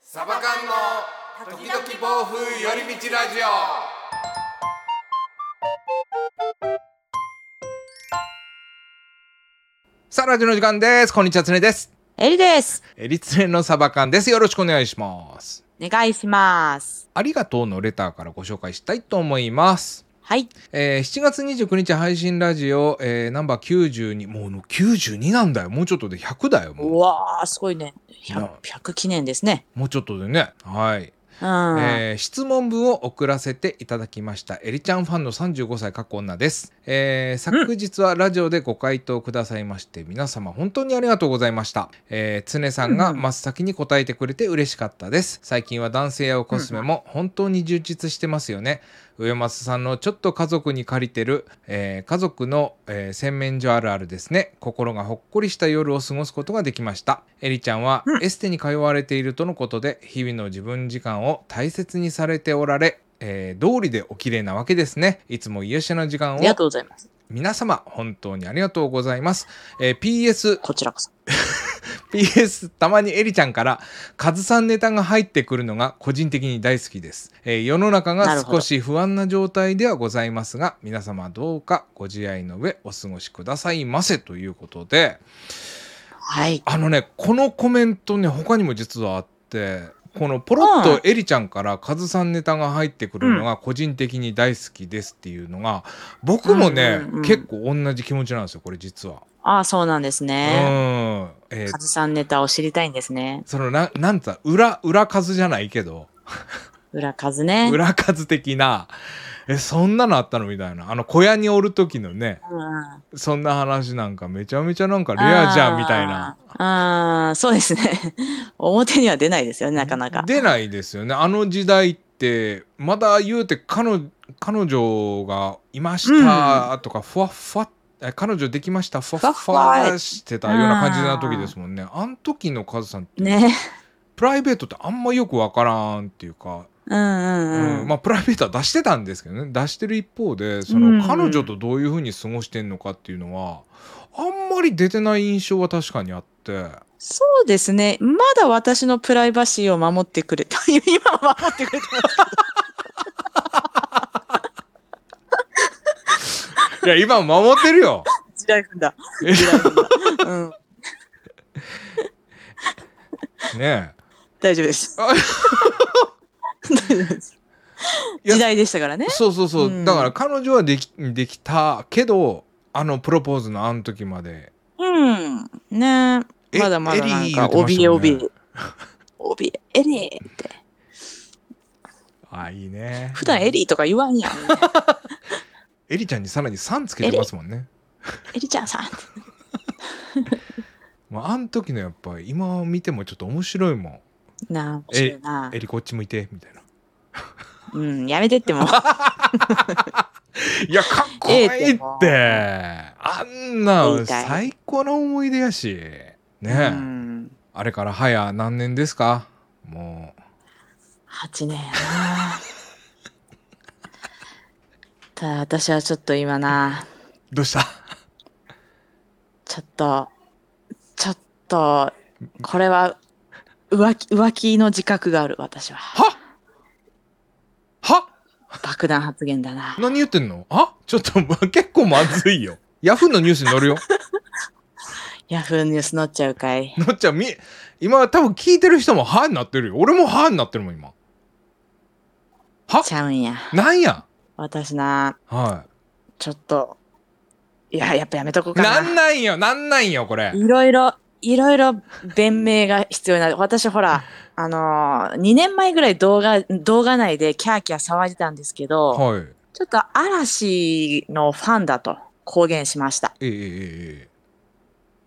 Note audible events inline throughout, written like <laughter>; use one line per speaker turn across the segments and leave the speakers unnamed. サバ缶の時々暴風寄り道ラジオさあラジオの時間ですこんにちはつねです
エリです。
えりつねのサバ缶ですよろしくお願いします
お願いします。
ありがとうのレターからご紹介したいと思います
はい。
えー、7月29日配信ラジオ、えー、ナンバー92もう92なんだよもうちょっとで100だよもう
うわー、すごいね。
な
100, 100記念ですね。
もうちょっとでねはい
うん。
えー質問文を送らせていただきましたエリちゃんファンの35歳かっこ女です、えー昨日はラジオでご回答くださいまして皆様本当にありがとうございました、えー、常さんが真っ先に答えてくれて嬉しかったです最近は男性やおコスメも本当に充実してますよね上松さんのちょっと家族に借りてる、えー家族の、えー洗面所あるあるですね心がほっこりした夜を過ごすことができましたエリちゃんは
うん
エステに通われているとのことで日々の自分時間を大切にされておられえー道理でお綺麗なわけですねいつも癒しの時間
あ
を
りがとうございます。
皆様本当にありがとうございます、えー PS
こちらこそ。
PS たまにエリちゃんからカズさんネタが入ってくるのが個人的に大好きです、えー世の中
な
が
るほ
少
ど
し不安な状態ではございますが皆様どうかご自愛の上お過ごしくださいませということで
はい。
あのねこのコメントね他にも実はあってこのポロッとエリちゃんからカズさんネタが入ってくるのが個人的に大好きですっていうのが僕もね、
うんうんうん
結構同じ気持ちなんですよこれ実は。
ああ、そうなんですね。
うんえー
カズさんネタを知りたいんですね。
そのななんつうの裏裏数じゃないけど
裏カズね。
裏数的なえそんなのあったのみたいなあの小屋におる時のね
うん
そんな話なんかめちゃめちゃなんかレアじゃんみたいな。
あーあー、そうですね。 <laughs> 表には出ないですよね、なかなか。
出ないですよねあの時代ってまだ言うて彼彼女がいましたとか、ふわっふわっえ彼女できましたふわっふ
ふわっふ
わ
わ
してたような感じな時ですもんねあの時のカズさんって、
ね。
プライベートってあんまよくわからんっていうか
うんうんうん。
うんまあプライベートは出してたんですけどね出してる一方でそ
うんう
の
ん
彼女とどういうふうに過ごしてんのかっていうのはあんまり出てない印象は確かにあって
そうですね。まだ私のプライバシーを守ってくれ <laughs> た。今は守ってくれてます
いや今守ってる
<laughs>
よ
地雷踏んだ。
え
地雷踏んだ。うん。
ね
大丈夫です。
あ
<laughs> 大丈夫です。
いや
時代でしたからね
え。そうそうそう、
うん
だから彼女はできできたけどあのプロポーズのあの時まで
うん。ね
え
えまだまだ
エ
なん
リー言
か、
うてまし
怯
た
え
もんね
怯え。怯え、エリーって。
あいいね
普段エリーとか言わんやん。
エリちゃんにさらに「さん」つけてますもんね
エリちゃんさんって。
まああの時のやっぱ今見てもちょっと面白いもん
なあ、面白いな
「エリこっち向いて」みたいな
うん、やめてっても。
いや、かっこいいっ
え
て。あんな、最高の思い出やし。ねえ、
うん。
あれから早何年ですかも
8年やな。ただ私はちょっと今な、
う。どうした
ちょっと、ちょっと、これは、浮気、浮気の自覚がある、私は。
はは
爆弾発言だな。
何言ってんのあちょっと、ま結構まずいよ。ヤフーのニュースに載るよ。
ヤフーニュース乗っちゃうかい。
のっちゃん、み、今多分聞いてる人もはになってるよ。俺もはになってるもん、今。は
ちゃうんや。
なんや
私な、
は
ちょっと、いや、やっぱやめとこう
い。
か
な
な。
んなんよ、なんなんよ、これ。
いろいろ、いろいろ <laughs> 弁明が必要になる。私ほら、あのー、2年前ぐらい動画、動画内でキャーキャー騒いでたんですけど、
はい。
ちょっと嵐のファンだと公言しました。
ええええええ。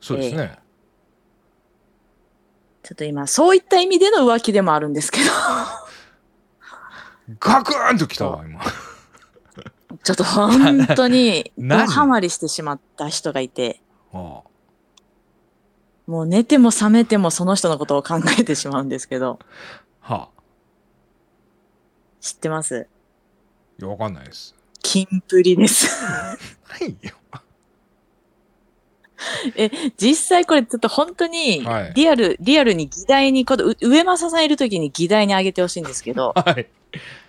そうですね。
ちょっと今、そういった意味での浮気でもあるんですけ
ガクーンときたわ今
ど、 <laughs> ちょっと本当に、
<laughs>
ド
何
ハマりしてしまった人がいて、
あ
もう寝ても覚めてもその人のことを考えてしまうんですけど、
あはあ
知ってます
いやわかんないです
キンプリです。
ないよ
実際これちょっと本当に
はい
リアル、リアルに議題にこのう上政さんいる時に議題にあげてほしいんですけど
はい。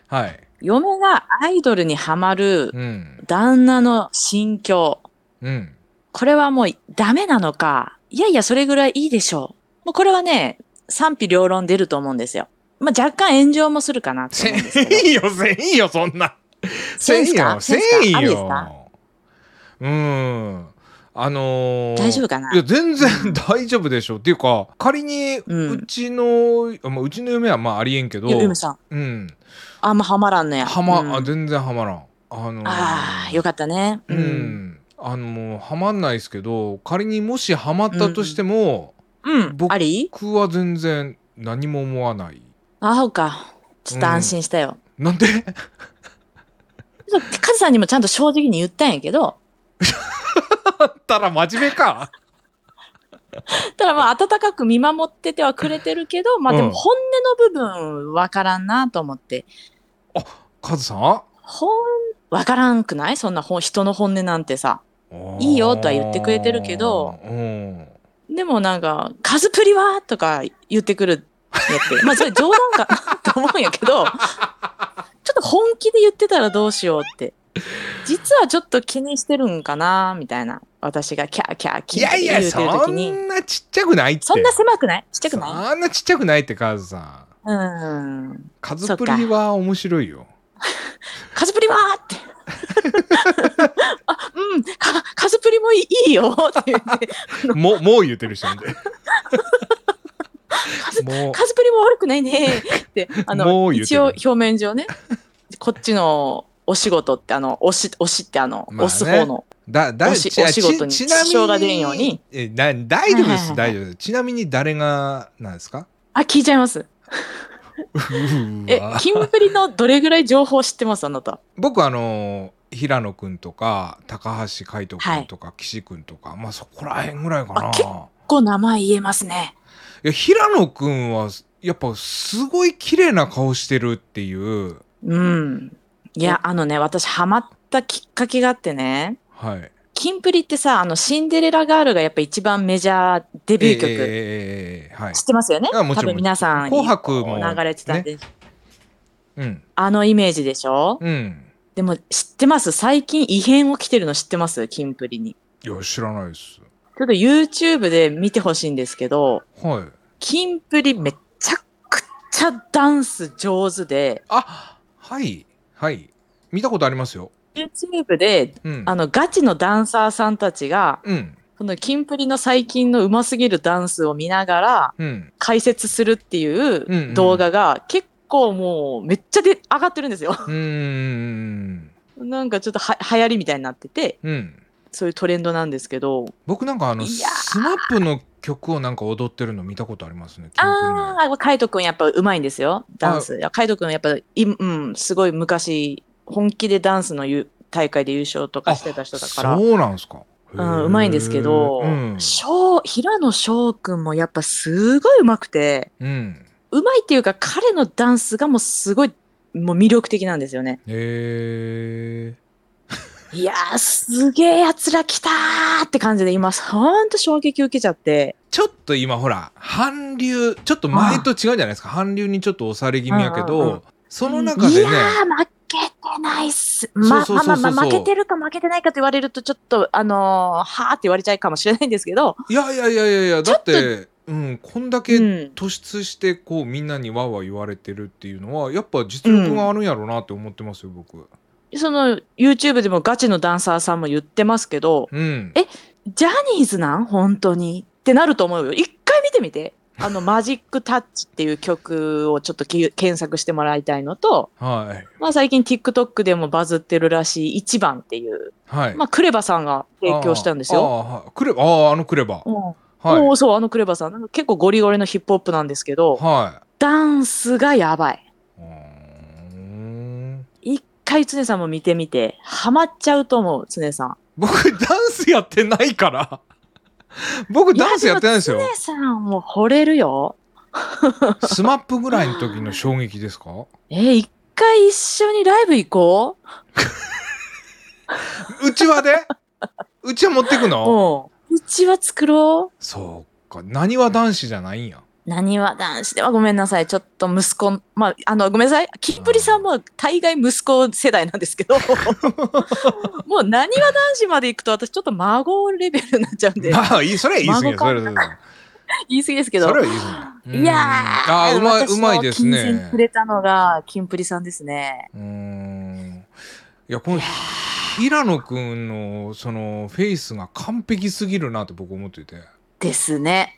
はい。
嫁がアイドルにはまる
うん。
旦那の心境
うん。
これはもうダメなのかいやいやそれぐらいいいでしょうもうこれはね賛否両論出ると思うんですよ。まあ、若干炎上もするかなと
せ
思うんですけど。
んよ、せんよ、そんな。
せんすか
せ
せん
ん
すかありですか
よ。うん。あのー
大丈夫かない
や全然大丈夫でしょっていうか仮に
うん
うちの、あまあうちの嫁はまあありえんけど
ゆゆめさん。
うん
あんまハマらんのや。
はま、
うん
あ全然はまらんあのー
ああ、よかったね。
う。んあのもうはまんないですけど仮にもしはまったとしても、
うん。
僕
あり
僕は全然何も思わない
あ、そうか。ちょっと安心したよ。
なんで
ちょっとカズさんにもちゃんと正直に言ったんやけど、
<laughs> たら真面目か
ただまあ、温かく見守っててはくれてるけど、まあで
うん
も本音の部分わからんなと思って。
カズさん
ほん、わからんくないそんな本人の本音なんてさ。いいよとは言ってくれてるけど
うん
でもなんか、カズプリはとか言ってくるやって。まあそれ冗談かな <laughs> と思うんやけど、ちょっと本気で言ってたらどうしようって。実はちょっと気にしてるんかなみたいな。私がキャーキャーキ
い
ャ
や
ー
い
言う
や
てる
そ
時に。
んなちっちゃくないって
そんな狭くないちっちゃくない
そんなちっちゃくないってカズさん
うん。
カズプリは面白いよ
カズプリはーって。 <laughs> あ、うん、かカズプリもいいいいよ
<laughs>
って言って、
もうもう言ってる人なんでもう
カズプリも悪くないねって、あ
もう
の、
言うて
一
る
応表面上ね、こっちのお仕事って、あの、押し、押しってあの、
まあね
押す方の。
だだ
おしお仕事に支障が出んように
えだ大丈夫で
はいはいは
す
い
大丈夫ですちなみに誰がなんですか
あ、聞いちゃいます。
うー
え
わ、
キンプリのどれぐらい情報知ってますあなた。
僕あの平野くんとか高橋海人くんとか岸くんとか、まあそこら辺ぐらいかな
あ結こう名前言えますね。
いや平野くんはやっぱすごい綺麗な顔してるっていう
うん。いや、あのね、私ハマったきっかけがあってね、
はい
キンプリってさ、あの、シンデレラガールがやっぱ一番メジャーデビュー曲。
ええええええええはい
知ってますよね
あもち
多
ろん
分皆さん
紅白も
流れてたんで、
うん
あのイメージでしょ
うん
でも知ってます最近異変起きてるの知ってますキンプリに。
いや知らないです
ちょっと YouTube で見てほしいんですけど、
はい
キンプリめちゃくちゃダンス上手で、
あはいはい見たことありますよ
YouTube で
うん
あのガチのダンサーさんたちが、
うん
そのキンプリの最近のうますぎるダンスを見ながら
うん
解説するって
うんう
い
ん
う動画が結構もうめっちゃで上がってるんですよ。 <laughs>
うーん
なんかちょっとは流行りみたいになってて、
うん
そういうトレンドなんですけど。
僕なんかあの
いやー
スマップの曲をなんか踊ってるの見たことありますねキンプリの
ああ、カイト君やっぱうまいんですよ、ダンス。いやカイト君やっぱ、いうん、すごい昔、本気でダンスのゆ大会で優勝とかしてた人だから、
そうなんですか
うん、うまいんですけど、
うん
翔平野翔君もやっぱすごいうまくて、
うん
うまいっていうか彼のダンスがもうすごい、もう魅力的なんですよね。
え
いやー、すげえ奴ら来たーって感じで今、ほんと衝撃受けちゃって。
ー、ちょっと今ほら韓流ちょっと前と違うじゃないですか韓流にちょっと押され気味やけど、
うんうんうん
その中でね
いやー、負けてないっす。まあ
そうそうそうそう
まあまあ、負けてるか負けてないかと言われると、ちょっと、あのーはーって言われちゃうかもしれないんですけど、
いやいやいやいやいやだってうんこんだけ
うん、
突出してこうみんなにわーわー言われてるっていうのはやっぱ実力があるんやろうなって思ってますよ僕
その、YouTube でもガチのダンサーさんも言ってますけど、
うん
えジャニーズなん本当にってなると思うよ。一回見てみて。あの、マジックタッチっていう曲をちょっとき検索してもらいたいのと、
はい
まあ最近 TikTok でもバズってるらしい一番っていう、
はい、
まあクレバさんが提供したんですよ。
あーあーはいクレバあああのクレバ
うん
はい
もうそう、あのクレバさん。なんか結構ゴリゴリのヒップホップなんですけど、
は
ダンスがやばい。
いうーん
一回常さんも見てみて、ハマっちゃうと思う、常さん。
僕ダンスやってないから僕ダンスやってないんですよ
常さんも惚れるよ。
スマップぐらいの時の衝撃ですか
えー一回一緒にライブ行こ
うちわでうちは持ってく
う
の
ううちは作ろ
そうか何は男子じゃないんや
う。なにわ男子ではごめんなさい。ちょっと息子、まあ、あの、ごめんなさい。キンプリさんも大概息子世代なんです
<laughs>
けど、もうなにわ男子まで行くと私ちょっと孫レベルになっちゃうんで、
まあいいそれは言い過ぎや
孫
そ
か
れは
言い過ぎですけ
それは
ど。
言い過ぎ
いやー、
あーうまいうまいです
私の金銭
ね
くれたのが、キンプリさんですね。
うーんいやこの平野くんのそのフェイスが完璧すぎるなって僕思ってて
ですね。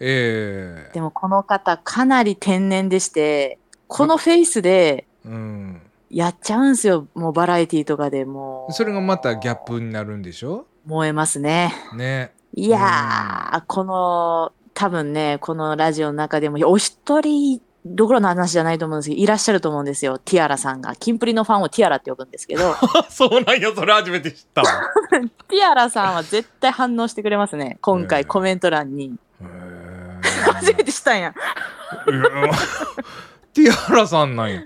ええ
でもこの方、かなり天然でして、このフェイスで、
うん
やっちゃうんすよ。もうバラエティとかでもう。
それがまたギャッ。プになるんでしょ
燃えますね。
ね
いやー、この、多分ね、このラジオの中でも、お一人、どころの話じゃないと思うんですけど、いらっしゃると思うんですよ。ティアラさんが。キンプリのファンをティアラって呼ぶんです
<laughs>
けど、
<laughs> そうなんやそれ初めて知ったわ
ティアラさんは絶対反応してくれますね。今
え
回
ー
コメント欄に。
へー
初めてしたんや。
いや <laughs> ティアラさんなんや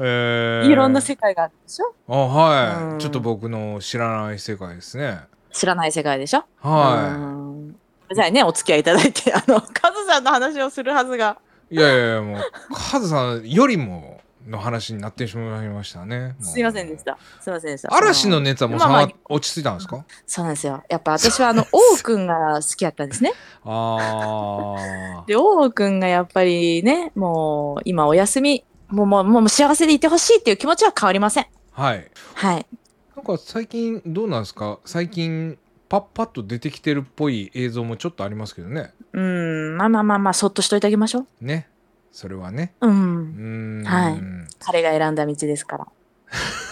ええ
いろんな世界があるでしょ
あはい、
うん
ちょっと僕の知らない世界ですね
知らない世界でしょう
は
んごめんなさいね、お付き合いいただいて、あの、カズさんの話をするはずが。
いいやいやいやもうカズさんよりもの話になってしまいましたねもう
すいませんでした。すいませんでした。
嵐の熱はもう、
まあまあ
さま落ち着いたんですか
そうなんですよ。やっぱ私はあ
<laughs>
の、王くんが好きやったんですね。
ああ
で、王くんがやっぱりね、もう、今お休み、もう、もう、もう幸せでいてほしいっていう気持ちは変わりません。
はい
はい。
なんか最近どうなんですか最近パッパッと出てきてるっぽい映像もちょっとありますけどね
うん、まあまあまあまあ、そっとしといてあげましょう。
ねそれはね
う。
うんーん
はい彼が選んだ道ですから。 <laughs>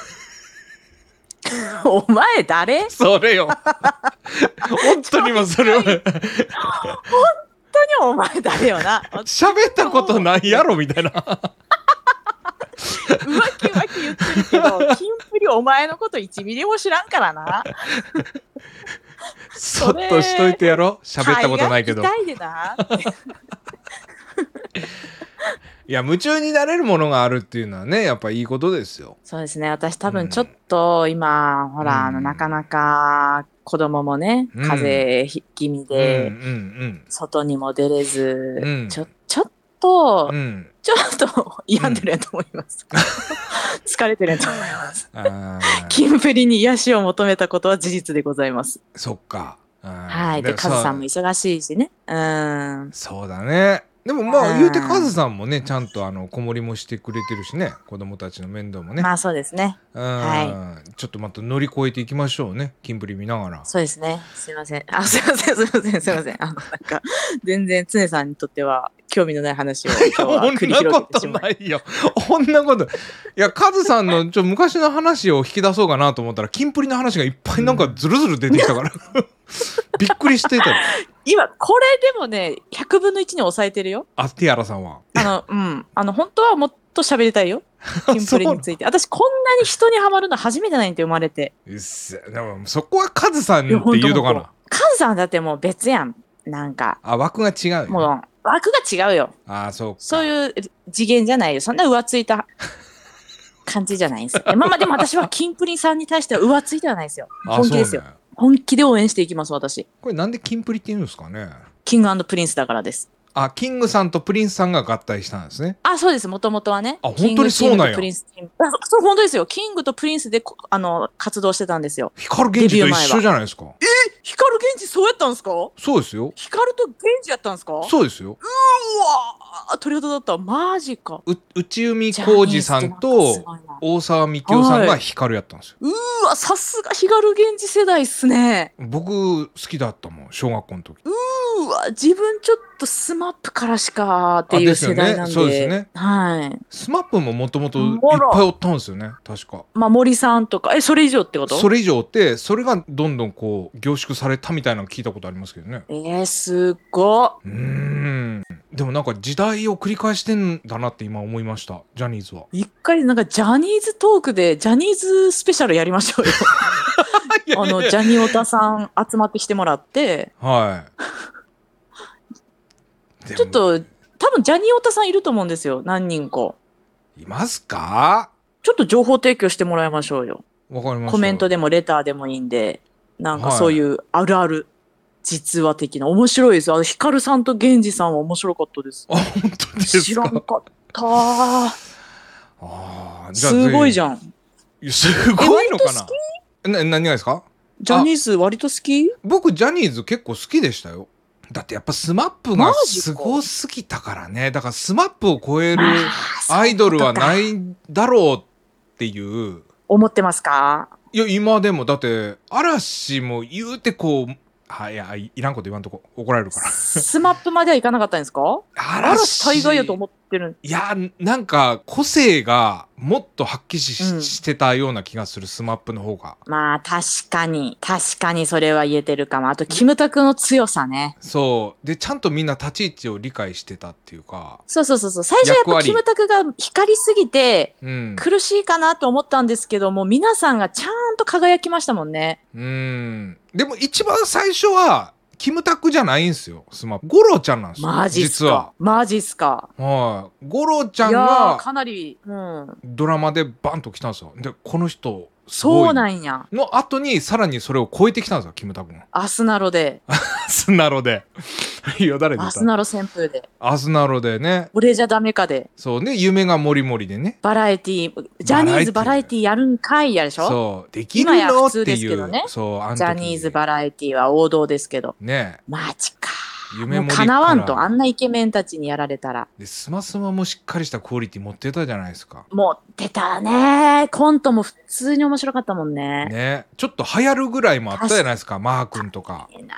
お前誰
それ
<laughs>
よ本当にもうそれは
本当にお前誰よな。浮
喋ったことないやろみたいな
気浮気言ってるけ <laughs> ど、キンプリお前のこと1ミリも知らんからな。
そっとしといてやろ喋ったことないけど
肺が痛いでな。
いや夢中になれるものがあるっていうのはねやっぱいいことですよ
そうですね。私多分ちょっと今、ほら、あ
う
の、
ん
なかなか子供もね、
うん
風邪ひ気味で、
うんうん
外にも出れず、
うん
ちょ、ちょっと、
うんうん
ちょっと病んでるやと思い
<laughs>
ます。疲れてるやと思います。
あー
キンプリに癒しを求めたことは事実でございます。
そっかは
はい。で、カズさんも忙しいしね。うん。
そうだねでもまあ
うん
言うてカズさんもねちゃんとあの子守もしてくれてるしね子供たちの面倒もね、
まあそうですね。
うん
は
ちょっとまた乗り越えていきましょうねキンプリ見ながら
そうですね。すいません。あ、すいません、すいません、すいません。あの、なんか、全然、常さんにとっては、興味のない話を
<laughs>
今日は繰
そん
り広
な
げ
こ
て
と
しまい。
ないよ。こんなこと。いや、カズさんのちょ昔の話を引き出そうかなと思ったら、キンプリの話がいっぱいなんかズルズル出てきたから。
<laughs>
びっくりしてたよ。
今、これでもね、100分の1に抑えてるよ。
あ、ティアラさんは。
あの、うん。あの、本当はもっと喋りた
<laughs>
いよ。キンプリについて。私、こんなに人にハマるの初めてないんで生まれて。
うっせでもそこはカズさんっ
い
て
やほんと
言うとか
ほん
な。
カズさんだってもう別やん。なんか、
あ、枠が違うよね、
もう、枠が違うよ。
あー、そうか。
そういう次元じゃないよ。そんな浮ついた感じじゃないん
<laughs>
ですよ。まあまあ、でも私はキンプリさんに対しては浮ついてはないですよ。
あ
本気ですよ
そうね
本気で応援していきます、私。
これなんでキンプリって言うんですかね。
キングプリンスだからです。
あ、キングさんとプリンスさんが合体したんですね。
あ、そうです、もともとはね。
あ本当にそうなんや
キングとプリンスチームあそう、本当ですよ。キングとプリンスでこ、あの、活動してたんですよ。
光源氏と一緒じゃないですか。
光源氏そうやったんですか
そうですよ。
光と源氏やったんですか
そうですよ。
うわー鳥肌だった。マジか。
う内海浩二さんと
ジャニーズってなんかすごいな
大沢みきおさんが光やったんですよ。
うわ、さすが光源氏世代っすね。
僕好きだったもん小学校の時
うわ、自分ちょっとスマップからしかって
あ
い
で
う
すよ
世
ね
代なんで。
そうですね
はい。
スマップももともといっ
あら
ぱいおったんですよね確か
まあ、森さんとか、え、それ以上ってこと
それ以上ってそれがどんどんこう凝縮されたみたいなの聞いたことありますけどね
えー、すっごっ。
うーんでもなんか時代を繰り返してんだなって今思いましたジャニーズは
一回なんかジャニーズトークでジャニーズスペシャルやりましょうよ。あの、ジャニオタさん集まってきてもらって、
はいでも
ちょっと多分ジャニオタさんいると思うんですよ。何人か。
いますか
ちょっと情報提供してもらいましょうよ。
わかりました
コメント
で
でもレターでもいいんで、なんかそういうあるある実話的な。面白いです。あの、ヒカルさんとゲンジさんは面白かったです。
あ本当です
知ら
か
んかった。
あーじゃあ
すごいじゃん。
随分すごいのか
え割と
なな何がですか
ジャニーズ割と好き
僕ジャニーズ結構好きでしたよだってやっぱスマップが
マジか
すごすぎたからねだからスマップを超える
あー
アイドルは
そういうことか
ないだろうっていう
思ってますか
いや今でもだって嵐も言うてこうはいやいいらんこと言わんとこ怒られるから
スマップまではいかなかったんですか嵐大概やと思ってる。
いやなんか個性がもっと発揮し,し、
うん
してたような気がするスマップの方が
まあ確かに、確かにそれは言えてるかも。あと、キムタクの強さね。
そうでちゃんとみんな立ち位置を理解してたっていうか
そうそうそうそう。最初やっ
役
ぱ
割
キムタクが光りすぎて
うん
苦しいかなと思ったんですけども、皆さんがちゃんと輝きましたもんね。
うんでも一番最初はキムタクじゃないんですよスマップゴロちゃんなんですよ
マジっす
実は
か。マジっすか。
はいゴロちゃん
いやー、
が
かなり、うん。
ドラマでバンと来たんですよでこの人すごい
そうなんや。
の後にさらにそれを超えてきたんですよキムタク <laughs> が
アスナロで、
スナロで <laughs> いや誰で
ア
た
スナロ旋風で、
アスナロでね
俺じゃダメかで、
そうね夢がもりもりでね
バラエティー、ジャニーズバラエティーやるんかいやでしょ
そうできる
今や
のって
普通です
い
け
う、
どね
そうあの時
ジャニーズバラエティーは王道ですけど。
ね
マジか。
夢
もう
もり
かなわんと、あ
ら
んなイケメンたちにやられたら。
でスマスマもしっかりしたクオリティ持ってたじゃないですか
もう出たね。コントも普通に面白かったもんね。
ねちょっと流行るぐらいもあったじゃないですかマー君とか
いいな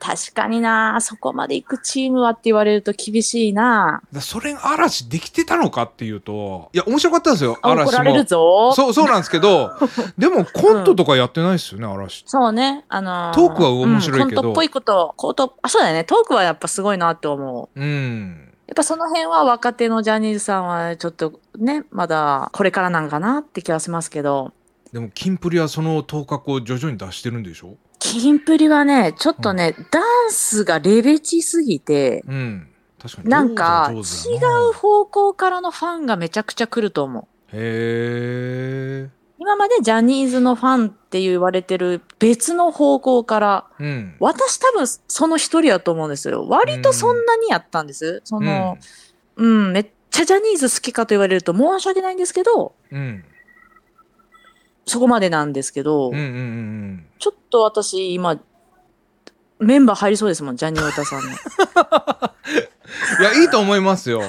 確かにな。そこまで行くチームはって言われると厳しいな。
だそれが嵐できてたのかっていうといや面白かったんですよ
あ怒
嵐
られる
も
ぞ。
そうそうなんですけ
<laughs>
どでもコントとかやってないですよね嵐
そうね。あの
トークは面白いけど
うんコントっぽいこと、コート、あ、そうだよね。トークはやっぱすごいなって思う。
うん
やっぱその辺は若手のジャニーズさんはちょっとね、まだこれからなんかなって気はしますけど、
でもキンプリはその頭角を徐々に出してるんでしょ
キンプリはね、ちょっとね、ダンスがレベチすぎて、
うん確かに
なんか違
上手だな
う方向からのファンがめちゃくちゃ来ると思う。
へえ
今までジャニーズのファンって言われてる別の方向から、
うん
私多分その一人だと思うんですよ。割とそんなにやったんです。その、うん、めっちゃジャニーズ好きかと言われると申し訳ないんですけど、
うんうん
そこまでなんですけど、
うんうんうん
ちょっと私今、メンバー入りそうですもん、ジャニーオ
<laughs>
タさんの。
いやいいと思いますよ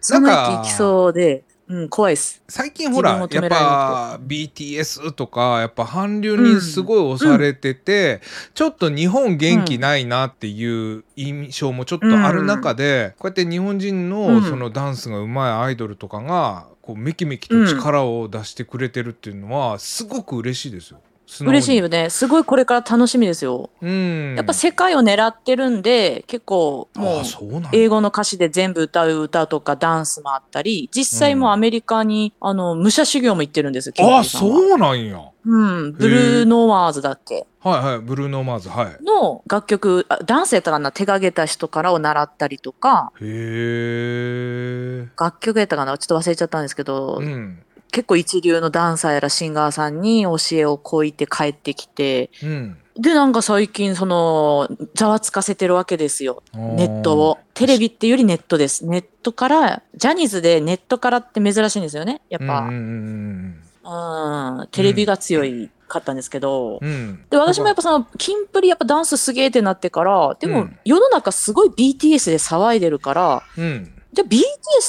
その息いきそうで、うん、怖いです。
最近ほらや
自
っ
分を止められ
ぱ
な
BTS とかやっぱ韓流にすごい押されてて、ちょっと日本元気ないなっていう印象もちょっとある中で、こうやって日本人
う
の
ん
そのダンスがうまいアイドルとかがこうメキメキと力を出してくれてるっていうのはすごく嬉しいですよ。素直に
嬉しいよね。すごいこれから楽しみですよ。
うん、
やっぱ世界を狙ってるんで、結構も
あ
う
そうなんだ
英語の歌詞で全部歌う歌とかダンスもあったり、実際もうアメリカに、あの、武者修行も行ってるんですよ、ケンティ
あ
ーさんは
そうなんや。は
うん、ブルーノワーズだっけ
いはいブルーノ・マーズはい。へ
の楽曲、あダンスやったかな手がけた人からを習ったりとか、
え。
楽曲やったかなちょっと忘れちゃったんですけど、
うん。
結構一流のダンサーやらシンガーさんに教えをこいて帰ってきて、
うん。
で、なんか最近、その、ざわつかせてるわけですよ。ネットを。テレビっていうよりネットです。ネットから、ジャニーズでネットからって珍しいんですよね。やっ
うんう
ぱ、
んうん
うん、テレビが強いかったんですけど。
うんうん、
で、私もやっぱその、キンプリやっぱダンスすげえってなってから、で
う
も
ん
世の中すごい BTS で騒いでるから、
うん
じゃあ BTS っ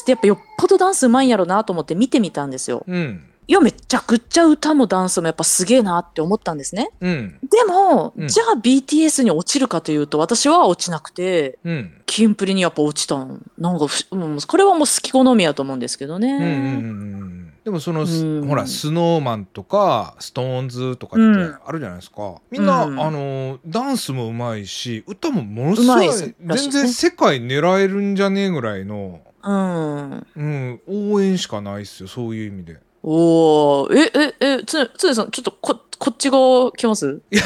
てやっぱよっぽどダンスうまいんやろなと思って見てみたんですよ。
うん
いや、めちゃくちゃ歌もダンスもやっぱすげえなって思ったんですね。
うん
でも、
うん
じゃあ BTS に落ちるかというと、私は落ちなくて、
うん
キンプリにやっぱ落ちたん。なんかふ、うん、これはもう好き好みやと思うんですけどね。
うんうんうんうんでもそのす
うん
ほらスノーマンとかストーンズとかって
うん
あるじゃないですかみんなあ
うん
のダンスもうまいし歌もものすご
上手
い
いらしいです
全
ね
然世界狙えるんじゃねえぐらいの
うん。
うん応援しかないっすよそういう意味で
おー、え、え、え、つ、つねさん、ちょっとこ、こっち側来ます
じ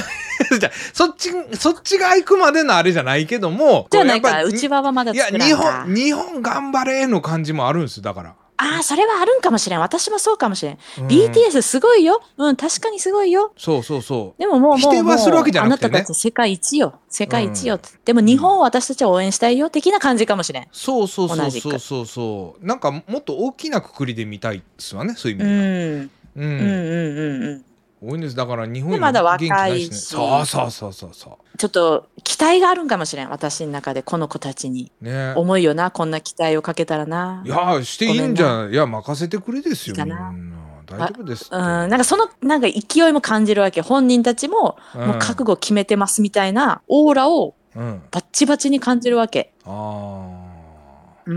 ゃあそっちそっちが行くまでのあれじゃないけども
じゃあなん
こうやっ
か、
ぱ
うちわはまだ
いや
作らんか。
日本日本頑張れの感じもあるんですよだから
あーああ、それはあるんかもしれん。私もそうかもしれん。
うん
BTS すごいよ。うん、確かにすごいよ。
そうそうそ
でももう、もう、
否定はするわけじゃなくてね
もうあなたたち世界一よ。世界一よ。
うん
でも日本を私たちは応援したいよ。的な感じかもしれん
う。そうそうそ
同
う
じく
そうそうそうなんかもっと大きなくくりで見たいっすわねそういう意
うん。
味で
う
は
ん
う
うん
ん
うんうん。
多いんですだから日本
でまだ
元気な
若いし
そうそうそうそうそ
ちょっと期待があるんかもしれん。私の中でこの子たちに。
うね
思いよな。こんな期待をかけたらな。
いやーしていいんじゃないいや任せてくれですよ
いい
み
か
ん
な
な大丈夫ですって
うん、なんかその、なんか勢いも感じるわけ。本人たちも、もう覚悟決めてますみたいなオーラを
うん、うん、
バッチバチに感じるわけ。
あー
う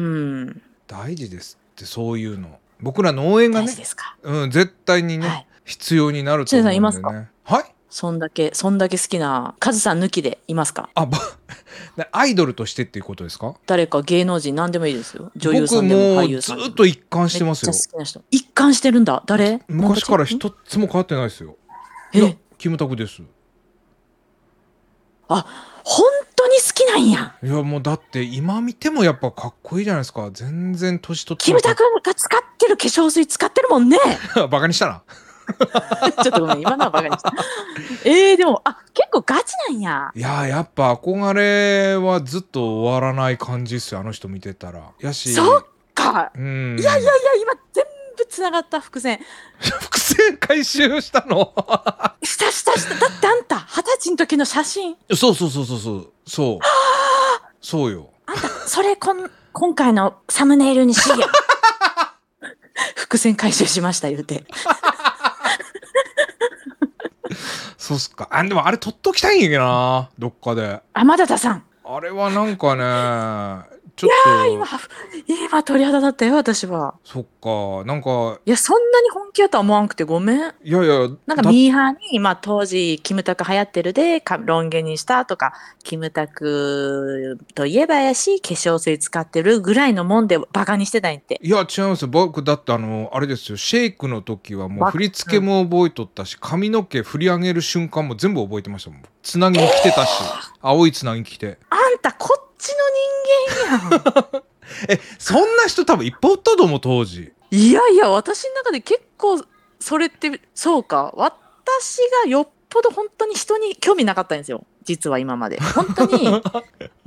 ん。
大事ですってそういうの僕らの応援が
大
ね
事、ですか。
うん、絶対にね、
はい
必要になると思うんだよね
知念さんい
はい
そんだけ、そんだけ好きな、カズさん抜きでいますか
あば <laughs> なアイドルとしてっていうことですか
誰か芸能人何でもいいですよ。女優さんでも俳優さんで
僕もうずっ
も。
と一貫してますよ
めっちゃ好きな人。一貫してるんだ。誰
昔から
人。
一つも変わってないですよいや
え、
キムタクです
本当に好きなんや。
いやもうだって今見てもやっぱかっこいいじゃないですか全然年取って
キムタクが使ってる化粧水使ってるも
<laughs>
んね。
クバカにしたな
ちょっとごめん、今のはバカにした。えー、でも、あ、結構ガチなんや。
いやーやっぱ憧れはずっと終わらない感じっすよあの人見てたらやし
そっか。
うん
いやいやいや、今全部つながった伏線。
伏線回収したの
したしたした。だってあんた、二十歳の時の写真。
そうそうそうそうそうそうそうよ
あんた、それこん、今回のサムネイルにしよう。
<laughs>
伏線回収しました、言うて。
そうっすかあでもあれ取っときたいんやけどなどっかで
天田さん。
あれはなんかねちょ
今
っと、
今鳥肌だったよ、私は。
そっかなんか
いや、そんなに本気やとは思わんくてごめ
い
ん。
やいや
なんか
だ
ミーハーに、まあ当時、キムタク流行ってるで、かロン毛にしたとか、キムタクといえばやし、化粧水使ってるぐらいのもんでバカにしてたんやって。
いや違うんですよ僕だってあのあれですよシェイクの時はも
バ
う
カ
振り付けも覚えとったし髪の毛振り上げる瞬間も全部覚えてましたもんつなぎに来てたし、青いつなぎ着て
あんたこっちの人間やん。
えそんな人多分いっぱいおったと思う当時
いやいや、私の中で結構、それって、そうか、私がよっぽど本当に人に興味なかったんですよ。実は今まで。本当に、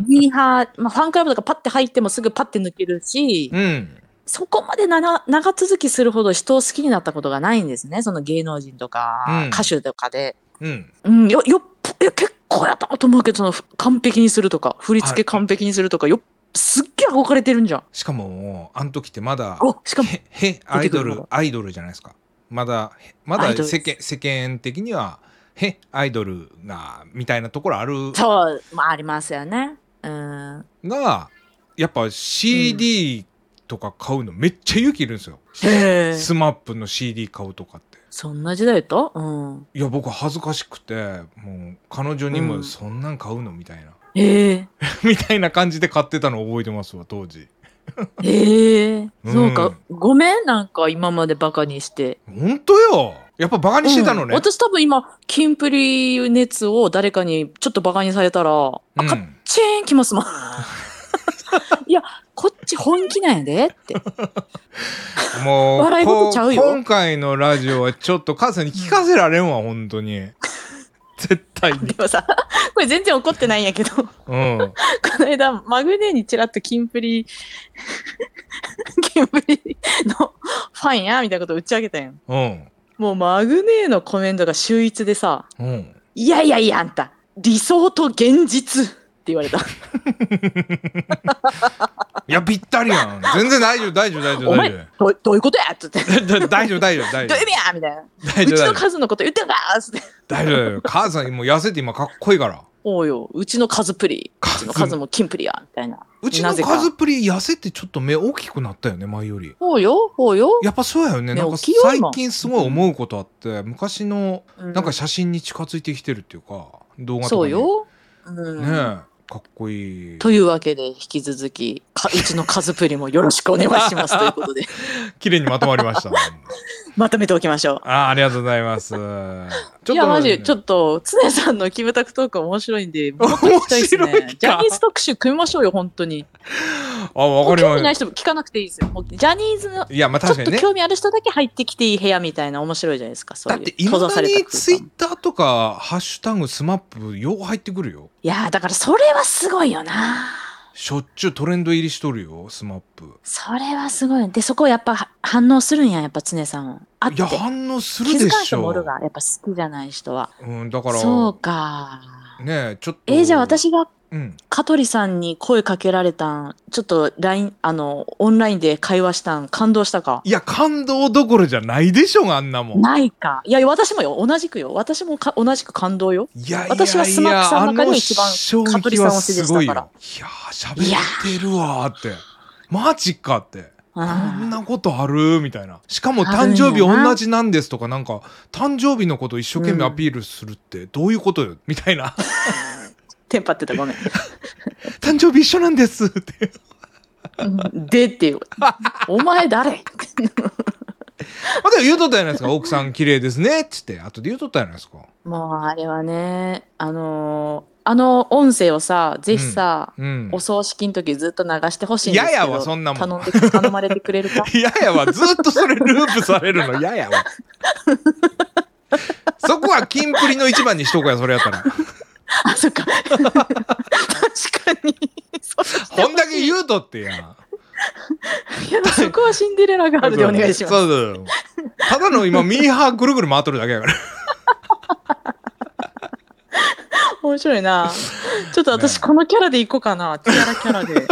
ミーハー、まあ、ファンクラブとかパッて入ってもすぐパッて抜けるし、
うん
そこまでなな長続きするほど人を好きになったことがないんですね。その芸能人とか
うん、
歌手とかで。
うん
うん、よ、よっぽ、いや結構やったと思うけど、その、ふ完璧にするとか、振り付け完璧にするとか、よっ、すっげえ憧れてるんじゃん。
しかももうあの時ってまだ
お、しかも、
へへアイド
出てくる
ル
の
アイドルじゃないですかまだへま
ア
だ
イドル
世間世間的にはへアイドルがみたいなところある
そう、まあありますよね。うん。
がやっぱ CD とか買うのめっちゃ勇気いるんですよ、
へえ。
スマップの CD 買うとかって
そんな時代とうん。
いや僕恥ずかしくてもう彼女に
う
も
ん
そんなん買うのみたいな、 <laughs>
へえ。
みたいな感じで買ってたの覚えてますわ当時
へえ。
うん
そうか。ごめん、なんか今までバカにして。
本当よやっぱバカにしてたの
うん
ね、
私多分今、キンプリ熱を誰かにちょっとバカにされたら、あ、
うん
カッチーンきますもん。 <laughs> いや、こっち本気なんや <laughs> でって。
もう
笑い事ちゃうよ
こ今回のラジオはちょっと母さんに聞かせられんわ本当
<laughs>
に絶対に
でもさ、これ全然怒ってないんやけど、こ
うん
の間、マグネにちらっとキンプリ、 <laughs> キンプリのファンや、みたいなこと打ち上げたんやん。
うん
もうマグネのコメントが秀逸でさ、
うん
いやいやいや、あんた、理想と現実って言われた。 <laughs>
いやぴったりやん全然大丈夫大丈夫大丈夫
お
大
前
丈
どうどういうことやっつって。
夫大丈夫大丈夫大
ど
丈夫
ういう意味やみたいな。
大
う
丈夫大
ち
丈
の
夫
カズのこと言ってんかっつって。
大丈夫大丈夫母さんもう痩せて今かっこいいから
おうよ、うちのカズプリ。
カズ
うちのカズもキンプリや、みたいな。
うちの
なぜか
カズプリ痩せてちょっと目大きくなったよね前より
おうよ、おうよ。
やっぱそうやよね
目
なんか
大きいよ
最
今
近すごい思うことあって昔の
な
なんか写真に近づいてきてるっていうか動画とか
そう
に
よ。
ねえ
うん
かっこいい
というわけで、引き続き、かうちのカズプリもよろしくお願いしますということで、
綺麗にまとまりました。
<laughs> まとめておきましょ
あーありがとうございます。ちょっ
う。いや、マジ、ちょ
っ
っと、常さんのキムタクトーク面白いんで、もっと行きたいですね
面白いか。
ジャニーズ特集組みましょうよ、本当に。
と。あ、わかり
興味な
ま
い人も聞かなくていいですよ。もうジャニーズの
す。いや、まあ
ちょ
確か
っと
にね。
興味ある人だけ入ってきていい部屋みたいな面白いじゃないですか。そう
だ
い
っ
う
て、いま
閉ざ
だ
された
に
空間
ツイッターとか、ハッシュタグスマップ、よう入ってくるよ。
いやーだからそれはすごいよな。
しょっちゅうトレンド入りしとるよ、スマップ。
それはすごい。で、そこやっぱは反応するんや、やっぱ常さん。あっ
い
て
や、。反応す
気
るで
づかん
し
人もおる
ょ。
が、やっぱ好きじゃない人は。
うん、だから、
そうか。
ねえ、ちょっと。
えーじゃあ、私が
うん。
香取さんに声かけられたん、ちょっと LINE、あの、オンラインで会話したん、感動したか。
いや、感動どころじゃないでしょが、あんなもん。
ないか。いや、私もよ、同じくよ。私もか同じく感動よ。
いやいやいや
私はスマップさんの中でも一番
あの衝
香取
撃
さん
は
推しですした
ごいよ。い
か
や
ら
ー、喋ってるわーって。マジかって。
う
こん
ん。
なことあるみたいな。しかも
あるん
誕
や
生日
な
同じなんですとかなんか、誕生日のこと一生懸命アピールするってどういうことよみたいな。 <laughs>
テンパってた、ごめん。 <laughs>
誕生日一緒なんですって。 <laughs>
うんでっていう。お前誰 <laughs>
あと言うとったじゃないですか。奥さん綺麗ですね。っつって。後で言うとったじゃないですか。
もうあれはね、あのーあの音声をさ、ぜひさ、
うん
お。葬式の時ずっと流してほしいんですけど。
嫌やわそんなもん。
頼んでく頼まれてくれるか
嫌やわ。ずっとそれループされるの嫌やわ。そこはキンプリの一番にしとこうや、それやったら。
あ、そっか。確かに。そうして
こんだ
ほ
け
しい
言うとってや。
いやそこはシンデレラガールでお願いします。
そうそうそうただの今、ミーハーぐるぐる回っとるだけやから。
面白いな。ちょっと私
ね
このキャラでいこうかな。ティアラキャ
<laughs>
ラで。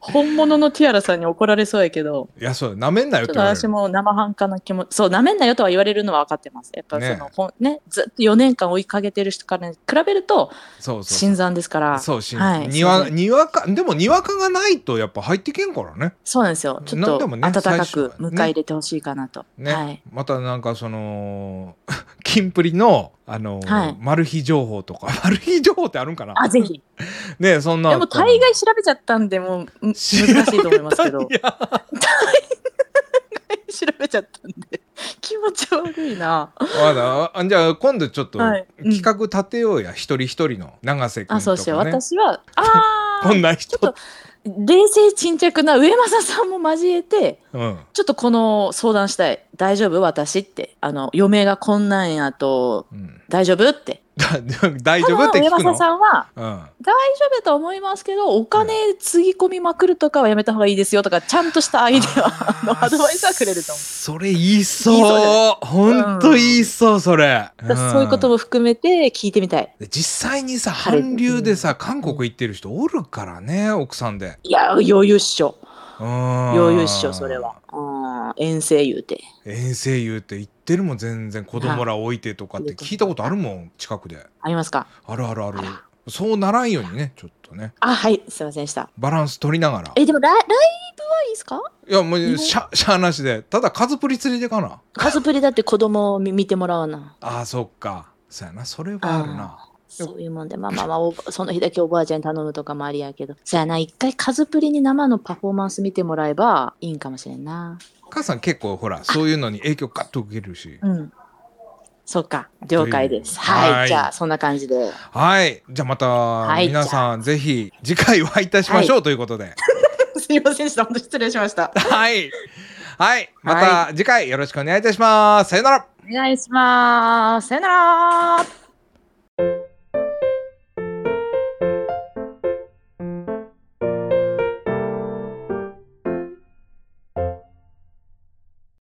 本物のティアラさんに怒られそうやけど、
いや、そう、なめんな
ちょ
よっ
っ
て
と
言われる
私も生半可な気持ち、そう、なめんなよとは言われるのは分かってます。やっぱそ
ね
の、ほんねずっと4年間追いかけてる人から比べると、
そうそうそう。
新参ですから、
そう、しん、
はい
にわ
そう
にわか、でもにわかがないとやっぱ入ってけんからね。
そうなんですよ。ちょっ
なん
と
でもね
温
最
か
初は
く
ね
迎え入れてほしいかなと。
ね。
はい。
またなんかその、 <laughs> キンプリの、あのー
はい
マル秘情報とか、 <laughs> マル秘情報ってあるんかな
あ、ぜひ。
ねそんな。
でも大概調べちゃったんで、もうむ難しいと思います
<laughs>
けど。
いや
調べちゃったんで <laughs> 気持ち悪いな。
まだあじゃあ今度ちょっと
はいうん
企画立てようや、一人一人の永瀬君
あ、そ
と
うしよう。
か、ね、<laughs>
私は、あ
こん
あ、
な人
ちょっ冷静沈着な上政さんも交えて、
うん、
ちょっとこの相談したい。大丈夫私って。あの、嫁がこんなんやと、
うん、 <laughs>
大丈夫って。
だ大丈夫って
た
聞
だ上
くの
政さんは、
うん、
大丈夫と思いますけど、お金つぎ込みまくるとかはやめた方がいいですよとか、ちゃんとしたアイデアのアドバイスはくれると思う。
それ言いそう
言いそうじゃな
本当言い <laughs> そうそれ、
だからそういうこと
も
も含めて聞いてみたい。
実際にさ
彼
韓流でさ韓国行ってる人おるからね奥さんで
いや、余裕っしょ。
余
余裕っしょ、それは。うん、遠征言うて。
遠征言うて行ってるもん全然子供ら置いてとかって聞いたことあるもん近くで
ありますか
あるあるある
あら
そうならんようにねちょっとね
あ、はい、すいませんでした。
バランス取りながら
え、でもラ、ライブはいいですか
いやも
日
う
本
しゃしゃあなしでただ数プリ連れてかな
カズプリだって子供を見見てもらわな。
あーそっかそやなそれはあるな
そういうもんで、まあまあまあ、おばその日だけおばあちゃんに頼むとかもありやけど。そやな、一回カズプリに生のパフォーマンス見てもらえばいいんかもしれんな。
母さん結構ほらそういうのに影響ガッと受けるし
うん。そうか、了解です。
という
はい、
はい
じゃあ、そんな感じで。
はいじゃあまた
い
皆さんぜひ次回お会いいたしましょうということで
<laughs> すいませんでした、本当失礼しました。
はいはいまた次回よろしくお願いいたしますさよなら
お願いします。さよなら